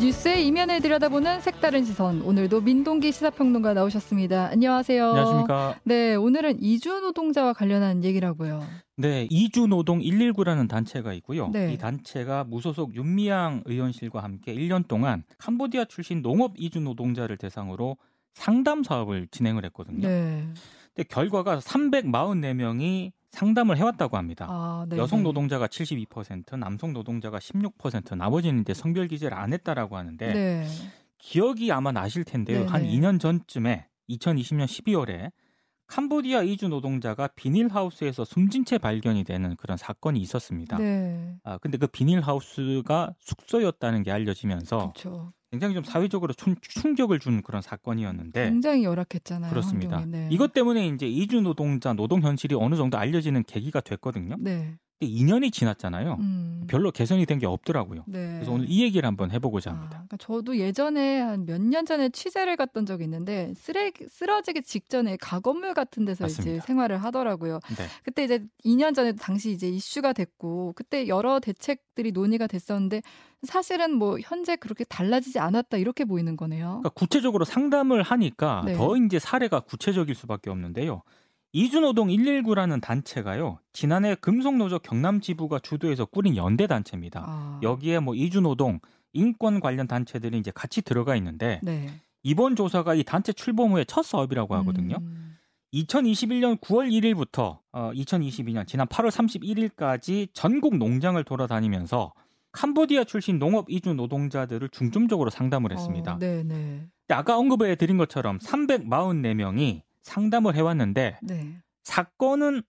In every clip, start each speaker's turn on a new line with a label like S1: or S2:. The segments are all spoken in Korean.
S1: 뉴스의 이면을 들여다보는 색다른 시선. 오늘도 민동기 시사평론가 나오셨습니다. 안녕하세요.
S2: 안녕하십니까.
S1: 네, 오늘은 이주 노동자와 관련한 얘기라고요.
S2: 네, 이주노동 119라는 단체가 있고요.
S1: 네.
S2: 이 단체가 무소속 윤미향 의원실과 함께 1년 동안 캄보디아 출신 농업 이주노동자를 대상으로 상담 사업을 진행을 했거든요.
S1: 네.
S2: 근데 결과가 344명이 상담을 해왔다고 합니다.
S1: 아, 네.
S2: 여성 노동자가 72%, 남성 노동자가 16%, 나머지는 이제 성별 기재를 안 했다라고 하는데
S1: 네.
S2: 기억이 아마 나실 텐데요.
S1: 네네.
S2: 한 2년 전쯤에 2020년 12월에 캄보디아 이주 노동자가 비닐하우스에서 숨진 채 발견이 되는 그런 사건이 있었습니다.
S1: 네.
S2: 아, 근데 그 비닐하우스가 숙소였다는 게 알려지면서
S1: 그렇죠.
S2: 굉장히 좀 사회적으로 충, 충격을 준 그런 사건이었는데
S1: 굉장히 음. 열악했잖아요.
S2: 네. 그렇습니다.
S1: 환경이. 네.
S2: 이것 때문에 이제 이주 노동자 노동 현실이 어느 정도 알려지는 계기가 됐거든요.
S1: 네.
S2: 근데 2년이 지났잖아요.
S1: 음.
S2: 어, 별로 개선이 된 게 없더라고요.
S1: 네.
S2: 그래서 오늘 이 얘기를 한번 해보고자 합니다.
S1: 그러니까 저도 예전에 한 몇 년 전에 취재를 갔던 적이 있는데 쓰레기 쓰러지기 직전에 가건물 같은 데서 이제
S2: 맞습니다.
S1: 생활을 하더라고요.
S2: 네.
S1: 그때 이제 2년 전에 당시 이제 이슈가 됐고 그때 여러 대책들이 논의가 됐었는데 사실은 뭐 현재 그렇게 달라지지 않았다 이렇게 보이는 거네요.
S2: 그러니까 구체적으로 상담을 하니까
S1: 네.
S2: 더 이제 사례가 구체적일 수밖에 없는데요. 이주노동 119라는 단체가요. 지난해 금속노조 경남지부가 주도해서 꾸린 연대 단체입니다.
S1: 아,
S2: 여기에 뭐 이주노동, 인권 관련 단체들이 이제 같이 들어가 있는데
S1: 네.
S2: 이번 조사가 이 단체 출범 후에 첫 사업이라고 하거든요.
S1: 음,
S2: 2021년 9월 1일부터 어, 2022년 지난 8월 31일까지 전국 농장을 돌아다니면서 캄보디아 출신 농업 이주 노동자들을 중점적으로 상담을 했습니다.
S1: 어, 네, 네,
S2: 근데 아까 언급해 드린 것처럼 344명이 상담을 해왔는데
S1: 네.
S2: 사건은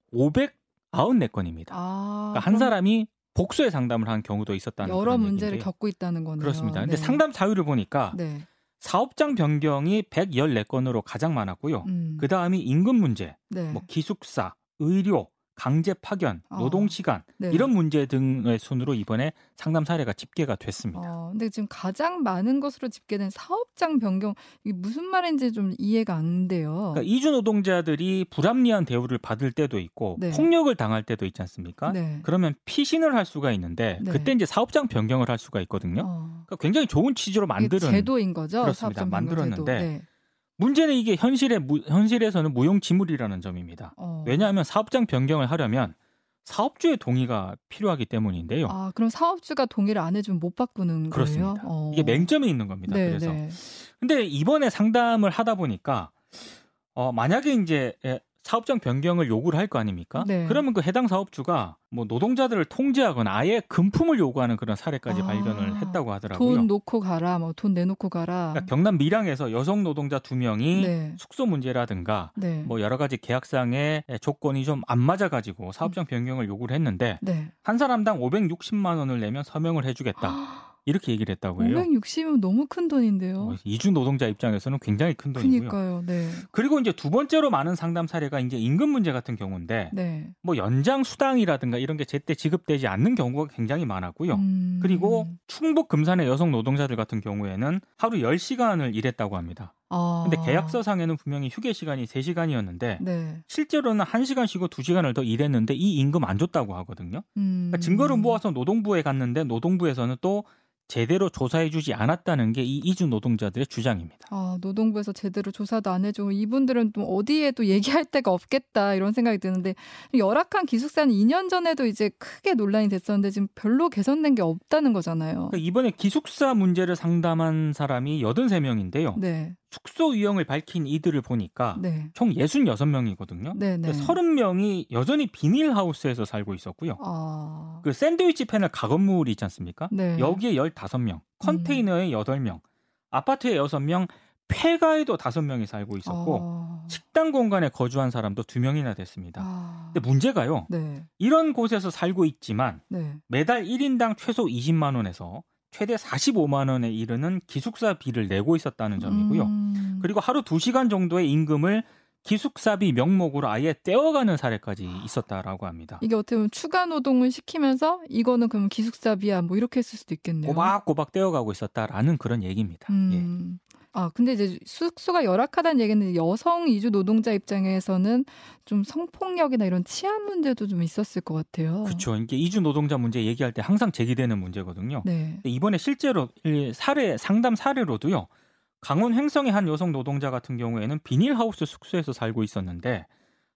S2: 594건입니다.
S1: 아,
S2: 그러니까 한
S1: 그럼
S2: 사람이 복수의 상담을 한 경우도 있었다는
S1: 여러
S2: 그런
S1: 문제를
S2: 얘기인데
S1: 겪고 있다는 거네요.
S2: 그렇습니다. 근데
S1: 네.
S2: 상담 자유를 보니까
S1: 네.
S2: 사업장 변경이 114건으로 가장 많았고요.
S1: 음,
S2: 그 다음이 임금 문제,
S1: 네.
S2: 뭐 기숙사, 의료, 강제 파견,
S1: 아.
S2: 노동 시간
S1: 네.
S2: 이런 문제 등의 순으로 이번에 상담 사례가 집계가 됐습니다.
S1: 어, 근데 지금 가장 많은 것으로 집계된 사업장 변경 이게 무슨 말인지 좀 이해가 안 돼요.
S2: 그러니까 이주 노동자들이 불합리한 대우를 받을 때도 있고
S1: 네.
S2: 폭력을 당할 때도 있지 않습니까?
S1: 네.
S2: 그러면 피신을 할 수가 있는데
S1: 네.
S2: 그때 이제 사업장 변경을 할 수가 있거든요.
S1: 어,
S2: 그러니까 굉장히 좋은 취지로
S1: 이게
S2: 만드는
S1: 제도인 거죠.
S2: 그렇습니다.
S1: 사업장 변경 제도.
S2: 만들었는데
S1: 네.
S2: 문제는 이게 현실에 무- 현실에서는 무용지물이라는 점입니다.
S1: 어.
S2: 왜냐하면 사업장 변경을 하려면 사업주의 동의가 필요하기 때문인데요.
S1: 아, 그럼 사업주가 동의를 안 해주면 못 바꾸는
S2: 그렇습니다.
S1: 거예요? 어.
S2: 이게 맹점이 있는 겁니다.
S1: 네,
S2: 그래서
S1: 네.
S2: 근데 이번에 상담을 하다 보니까 어 만약에 이제 예, 사업장 변경을 요구를 할 거 아닙니까?
S1: 네.
S2: 그러면 그 해당 사업주가 뭐 노동자들을 통제하거나 아예 금품을 요구하는 그런 사례까지
S1: 아,
S2: 발견을 했다고 하더라고요.
S1: 돈 놓고 가라, 뭐 돈 내놓고 가라.
S2: 그러니까 경남 밀양에서 여성 노동자 두 명이
S1: 네.
S2: 숙소 문제라든가
S1: 네.
S2: 뭐 여러 가지 계약상의 예, 조건이 좀 안 맞아가지고
S1: 음.
S2: 사업장 변경을 요구를 했는데
S1: 네.
S2: 한 사람당 560만 원을 내면 서명을 해주겠다
S1: 아.
S2: 이렇게 얘기를 했다고 해요.
S1: 560이면 너무 큰 돈인데요.
S2: 어, 이주 노동자 입장에서는 굉장히 큰 돈이고요.
S1: 그니까요. 네.
S2: 그리고 이제 두 번째로 많은 상담 사례가 이제 임금 문제 같은 경우인데
S1: 네.
S2: 뭐 연장 수당이라든가 이런 게 제때 지급되지 않는 경우가 굉장히 많았고요.
S1: 음,
S2: 그리고 충북 금산의 여성 노동자들 같은 경우에는 하루 10시간을 일했다고 합니다.
S1: 아.
S2: 근데 계약서상에는 분명히 휴게 시간이 3시간이었는데
S1: 네.
S2: 실제로는 1시간 쉬고 2시간을 더 일했는데 이 임금 안 줬다고 하거든요.
S1: 음.
S2: 그러니까 증거를 모아서 노동부에 갔는데 노동부에서는 또 제대로 조사해 주지 않았다는 게 이 이주 노동자들의 주장입니다.
S1: 아, 노동부에서 제대로 조사도 안 해주고 이분들은 또 어디에 또 얘기할 데가 없겠다 이런 생각이 드는데 열악한 기숙사는 2년 전에도 이제 크게 논란이 됐었는데 지금 별로 개선된 게 없다는 거잖아요.
S2: 그러니까 이번에 기숙사 문제를 상담한 사람이 83명인데요.
S1: 네,
S2: 숙소 유형을 밝힌 이들을 보니까
S1: 네,
S2: 총 66명이거든요. 그러니까
S1: 네, 네.
S2: 30명이 여전히 비닐하우스에서 살고 있었고요.
S1: 아,
S2: 그 샌드위치 패널 가건물이 있지 않습니까?
S1: 네.
S2: 여기에 15명, 컨테이너에 8명, 아파트에 6명, 폐가에도 5명이 살고 있었고
S1: 아,
S2: 식당 공간에 거주한 사람도 2명이나 됐습니다.
S1: 아,
S2: 근데 뭐 문제가요.
S1: 네,
S2: 이런 곳에서 살고 있지만
S1: 네.
S2: 매달 1인당 최소 20만 원에서 최대 45만 원에 이르는 기숙사비를 내고 있었다는 점이고요.
S1: 음,
S2: 그리고 하루 2시간 정도의 임금을 기숙사비 명목으로 아예 떼어가는 사례까지 있었다라고 합니다.
S1: 아. 이게 어떻게 보면 추가 노동을 시키면서 이거는 그럼 기숙사비야 뭐 이렇게 했을 수도 있겠네요.
S2: 꼬박꼬박 떼어가고 있었다라는 그런 얘기입니다. 예.
S1: 음, 아, 근데 이제 숙소가 열악하다는 얘기는 여성 이주 노동자 입장에서는 좀 성폭력이나 이런 치안 문제도 좀 있었을 것 같아요.
S2: 그렇죠. 이게 이주 노동자 문제 얘기할 때 항상 제기되는 문제거든요.
S1: 네.
S2: 근데 이번에 실제로 이 사례 상담 사례로도요. 강원 횡성의 한 여성 노동자 같은 경우에는 비닐하우스 숙소에서 살고 있었는데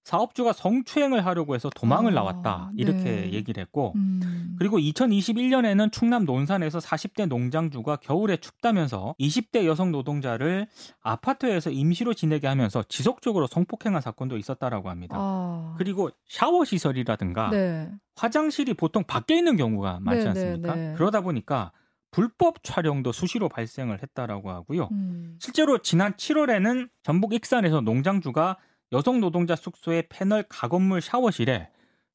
S2: 사업주가 성추행을 하려고 해서 도망을
S1: 아,
S2: 나왔다 이렇게
S1: 네.
S2: 얘기를 했고
S1: 음.
S2: 그리고 2021년에는 충남 논산에서 40대 농장주가 겨울에 춥다면서 20대 여성 노동자를 아파트에서 임시로 지내게 하면서 지속적으로 성폭행한 사건도 있었다라고 합니다.
S1: 아.
S2: 그리고 아. 샤워 시설이라든가
S1: 네.
S2: 화장실이 보통 밖에 있는 경우가 많지
S1: 네,
S2: 않습니까?
S1: 네, 네.
S2: 그러다 보니까 불법 촬영도 수시로 발생을 했다라고 하고요.
S1: 음.
S2: 실제로 지난 7월에는 전북 익산에서 농장주가 여성 노동자 숙소의 패널 가건물 샤워실에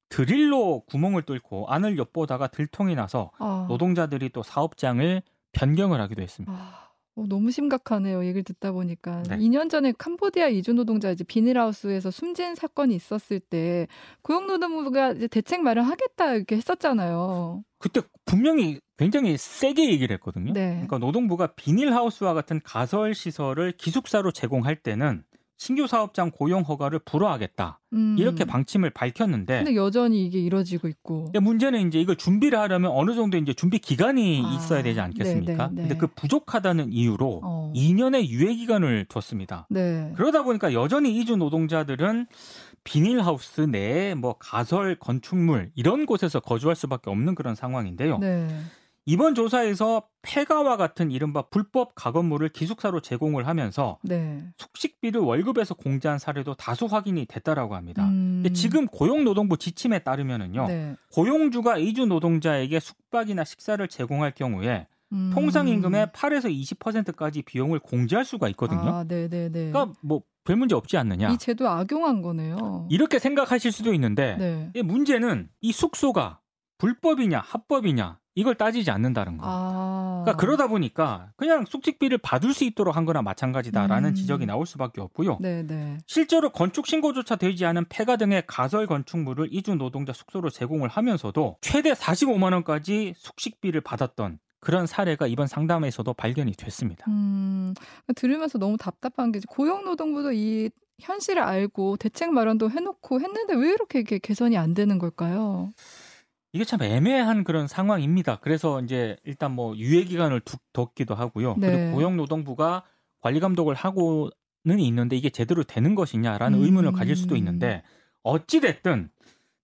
S2: 드릴로 구멍을 뚫고 안을 엿보다가 들통이 나서
S1: 아.
S2: 노동자들이 또 사업장을 변경을 하기도 했습니다.
S1: 아, 어, 너무 심각하네요. 얘기를 듣다 보니까.
S2: 네.
S1: 2년 전에 캄보디아 이주 노동자 이제 비닐하우스에서 숨진 사건이 있었을 때 고용노동부가 이제 대책 마련하겠다 이렇게 했었잖아요.
S2: 그때 분명히 굉장히 세게 얘기를 했거든요.
S1: 네.
S2: 그러니까 노동부가 비닐하우스와 같은 가설 시설을 기숙사로 제공할 때는 신규 사업장 고용 허가를 불허하겠다
S1: 음.
S2: 이렇게 예, 방침을 밝혔는데
S1: 근데 여전히 이게 이뤄지고 있고.
S2: 근데 문제는 이제 이걸 준비를 하려면 어느 정도 이제 준비 기간이
S1: 아,
S2: 있어야 되지 않겠습니까?
S1: 네, 네, 네.
S2: 근데 그 부족하다는 이유로
S1: 어.
S2: 2년의 유예 기간을 뒀습니다.
S1: 네.
S2: 그러다 보니까 여전히 이주 노동자들은 비닐하우스 내에 뭐 가설 건축물 이런 곳에서 거주할 수밖에 없는 그런 상황인데요.
S1: 네.
S2: 이번 조사에서 폐가와 같은 이른바 불법 가건물을 기숙사로 제공을 하면서
S1: 네.
S2: 숙식비를 월급에서 공제한 사례도 다수 확인이 됐다라고 합니다.
S1: 음.
S2: 근데 지금 고용노동부 지침에 따르면은요.
S1: 네.
S2: 고용주가 이주 노동자에게 숙박이나 식사를 제공할 경우에
S1: 음.
S2: 통상 임금의 8에서 20%까지 비용을 공제할 수가 있거든요.
S1: 아, 네, 네, 네.
S2: 그러니까 뭐 별 문제 없지 않느냐.
S1: 이 제도 악용한 거네요.
S2: 이렇게 생각하실 수도 있는데
S1: 네.
S2: 이 문제는 이 숙소가 불법이냐 합법이냐 이걸 따지지 않는다는 거.
S1: 아.
S2: 그러니까 그러다 보니까 그냥 숙직비를 받을 수 있도록 한 거나 마찬가지다라는
S1: 음.
S2: 지적이 나올 수밖에 없고요.
S1: 네, 네.
S2: 실제로 건축 신고조차 되지 않은 폐가 등의 가설 건축물을 이주 노동자 숙소로 제공을 하면서도 최대 45만 원까지 숙식비를 받았던 그런 사례가 이번 상담에서도 발견이 됐습니다.
S1: 음, 들으면서 너무 답답한 게 이제 고용노동부도 이 현실을 알고 대책 마련도 해놓고 했는데 왜 이렇게 이게 개선이 안 되는 걸까요?
S2: 이게 참 애매한 그런 상황입니다. 그래서 이제 일단 뭐 유예 기간을 두- 뒀기도 하고요.
S1: 네.
S2: 그리고 고용노동부가 관리 감독을 하고는 있는데 이게 제대로 되는 것이냐라는
S1: 음.
S2: 의문을 가질 수도 있는데 어찌 됐든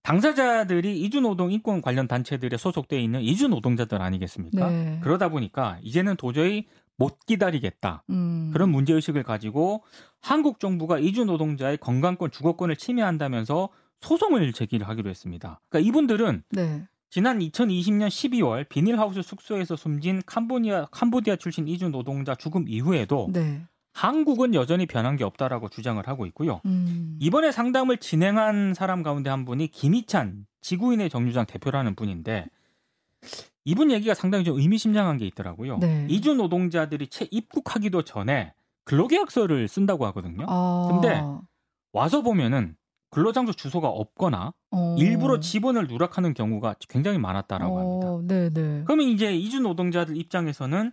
S2: 당사자들이 이주노동 인권 관련 단체들에 소속돼 있는 이주노동자들 아니겠습니까?
S1: 네.
S2: 그러다 보니까 이제는 도저히 못 기다리겠다.
S1: 음,
S2: 그런 문제 의식을 가지고 한국 정부가 이주 노동자의 건강권, 주거권을 침해한다면서 소송을 제기를 하기로 했습니다. 그러니까 이분들은
S1: 네.
S2: 지난 2020년 12월 비닐하우스 숙소에서 숨진 캄보디아, 캄보디아 출신 이주 노동자 죽음 이후에도
S1: 네.
S2: 한국은 여전히 변한 게 없다라고 주장을 하고 있고요.
S1: 음,
S2: 이번에 상담을 진행한 사람 가운데 한 분이 김희찬 지구인의 정류장 대표라는 분인데 이분 얘기가 상당히 좀 의미심장한 게 있더라고요.
S1: 네.
S2: 이주 노동자들이 채 입국하기도 전에 근로계약서를 쓴다고 하거든요.
S1: 아,
S2: 근데 와서 보면은 근로장소 주소가 없거나
S1: 어,
S2: 일부러 지번을 누락하는 경우가 굉장히 많았다라고 합니다.
S1: 어, 네, 네.
S2: 그러면 이제 이주 노동자들 입장에서는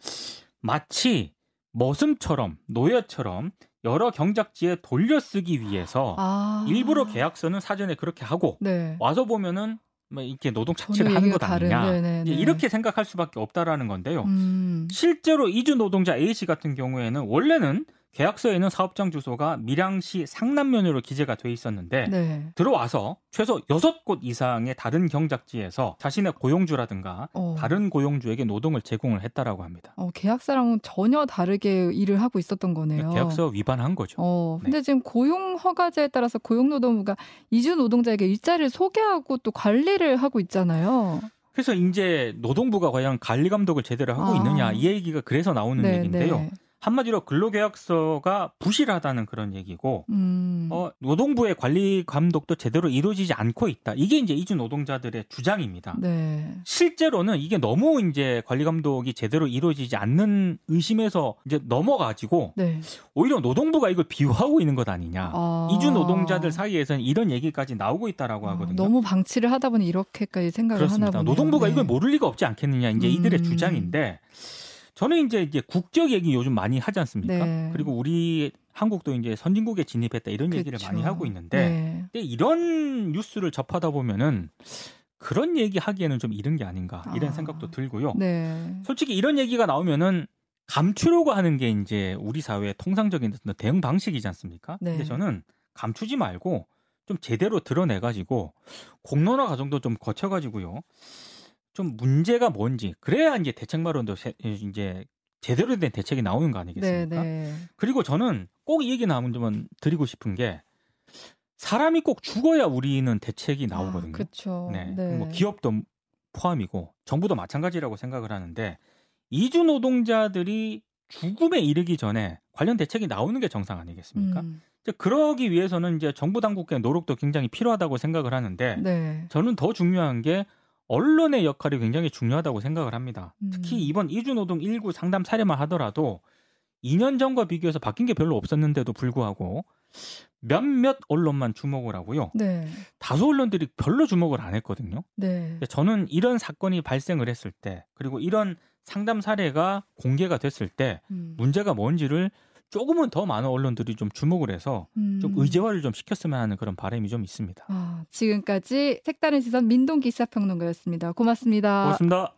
S2: 마치 머슴처럼 노예처럼 여러 경작지에 돌려쓰기 위해서
S1: 아,
S2: 일부러 계약서는 사전에 그렇게 하고
S1: 네.
S2: 와서 보면은 뭐 이렇게 노동 착취를
S1: 전혀
S2: 하는
S1: 얘기가
S2: 것
S1: 다른,
S2: 아니냐 예,
S1: 네, 네,
S2: 이제
S1: 네.
S2: 이렇게 생각할 수밖에 없다라는 건데요.
S1: 음,
S2: 실제로 이주 노동자 A 씨 같은 경우에는 원래는 계약서에는 사업장 주소가 밀양시 상남면으로 기재가 돼 있었는데
S1: 네.
S2: 들어와서 최소 여섯 곳 이상의 다른 경작지에서 자신의 고용주라든가
S1: 어.
S2: 다른 고용주에게 노동을 제공을 했다라고 합니다.
S1: 어, 계약사랑은 전혀 다르게 일을 하고 있었던 거네요.
S2: 계약서 네. 위반한 거죠.
S1: 어, 근데 지금 고용 허가제에 따라서 고용노동부가 이주 노동자에게 일자리를 소개하고 또 관리를 하고 있잖아요.
S2: 그래서 이제 노동부가 과연 관리 감독을 제대로 하고
S1: 아.
S2: 있느냐 이 얘기가 그래서 나오는 얘기인데요.
S1: 네.
S2: 한마디로 근로계약서가 부실하다는 그런 얘기고
S1: 음.
S2: 어, 노동부의 관리 감독도 제대로 이루어지지 않고 있다. 이게 이제 이주 노동자들의 주장입니다.
S1: 네.
S2: 실제로는 이게 너무 이제 관리 감독이 제대로 이루어지지 않는 의심에서 이제 넘어가지고
S1: 네.
S2: 오히려 노동부가 이걸 비호하고 있는 것 아니냐.
S1: 아.
S2: 이주 노동자들 사이에서는 이런 얘기까지 나오고 있다라고
S1: 아,
S2: 하거든요.
S1: 너무 방치를 하다 보니 이렇게까지 생각을 하나
S2: 그렇습니다.
S1: 보네요.
S2: 노동부가
S1: 네.
S2: 이걸 모를 리가 없지 않겠느냐. 이제 이들의
S1: 음.
S2: 주장인데 저는 이제 이제 국적 얘기 요즘 많이 하지 않습니까?
S1: 네.
S2: 그리고 우리 한국도 이제 선진국에 진입했다 이런 얘기를
S1: 그쵸.
S2: 많이 하고 있는데
S1: 네.
S2: 근데 이런 뉴스를 접하다 보면은 그런 얘기 하기에는 좀 이른 게 아닌가 이런
S1: 아.
S2: 생각도 들고요.
S1: 네.
S2: 솔직히 이런 얘기가 나오면은 감추려고 하는 게 이제 우리 사회의 통상적인 대응 방식이지 않습니까?
S1: 네.
S2: 근데 저는 감추지 말고 좀 제대로 드러내 가지고 공론화 과정도 좀 거쳐 가지고요. 좀 문제가 뭔지 그래야 이제 대책 마련도 세- 이제 제대로 된 대책이 나오는 거
S1: 네,
S2: 아니겠습니까?
S1: 네.
S2: 그리고 저는 꼭 이 얘기는 한번 좀 드리고 싶은 게 사람이 꼭 죽어야 우리는 대책이
S1: 아,
S2: 나오거든요.
S1: 그렇죠.
S2: 네. 뭐 기업도 포함이고 정부도 마찬가지라고 생각을 하는데 이주 노동자들이 죽음에 이르기 전에 관련 대책이 나오는 게 정상 아니겠습니까?
S1: 음,
S2: 이제 그러기 위해서는 이제 정부 당국의 노력도 굉장히 필요하다고 생각을 하는데
S1: 네.
S2: 저는 더 중요한 게 언론의 역할이 굉장히 중요하다고 생각을 합니다.
S1: 음.
S2: 특히 이번 이주노동 1구 상담 사례만 하더라도 2년 전과 비교해서 바뀐 게 별로 없었는데도 불구하고 몇몇 언론만 주목을 하고요.
S1: 네.
S2: 다수 언론들이 별로 주목을 안 했거든요.
S1: 네.
S2: 근데 저는 이런 사건이 발생을 했을 때 그리고 이런 상담 사례가 공개가 됐을 때
S1: 음.
S2: 문제가 뭔지를 조금은 더 많은 언론들이 좀 주목을 해서 좀
S1: 음.
S2: 의제화를 좀 시켰으면 하는 그런 바람이 좀 있습니다.
S1: 아, 지금까지 색다른 시선 민동기 시사평론가였습니다. 고맙습니다.
S2: 고맙습니다.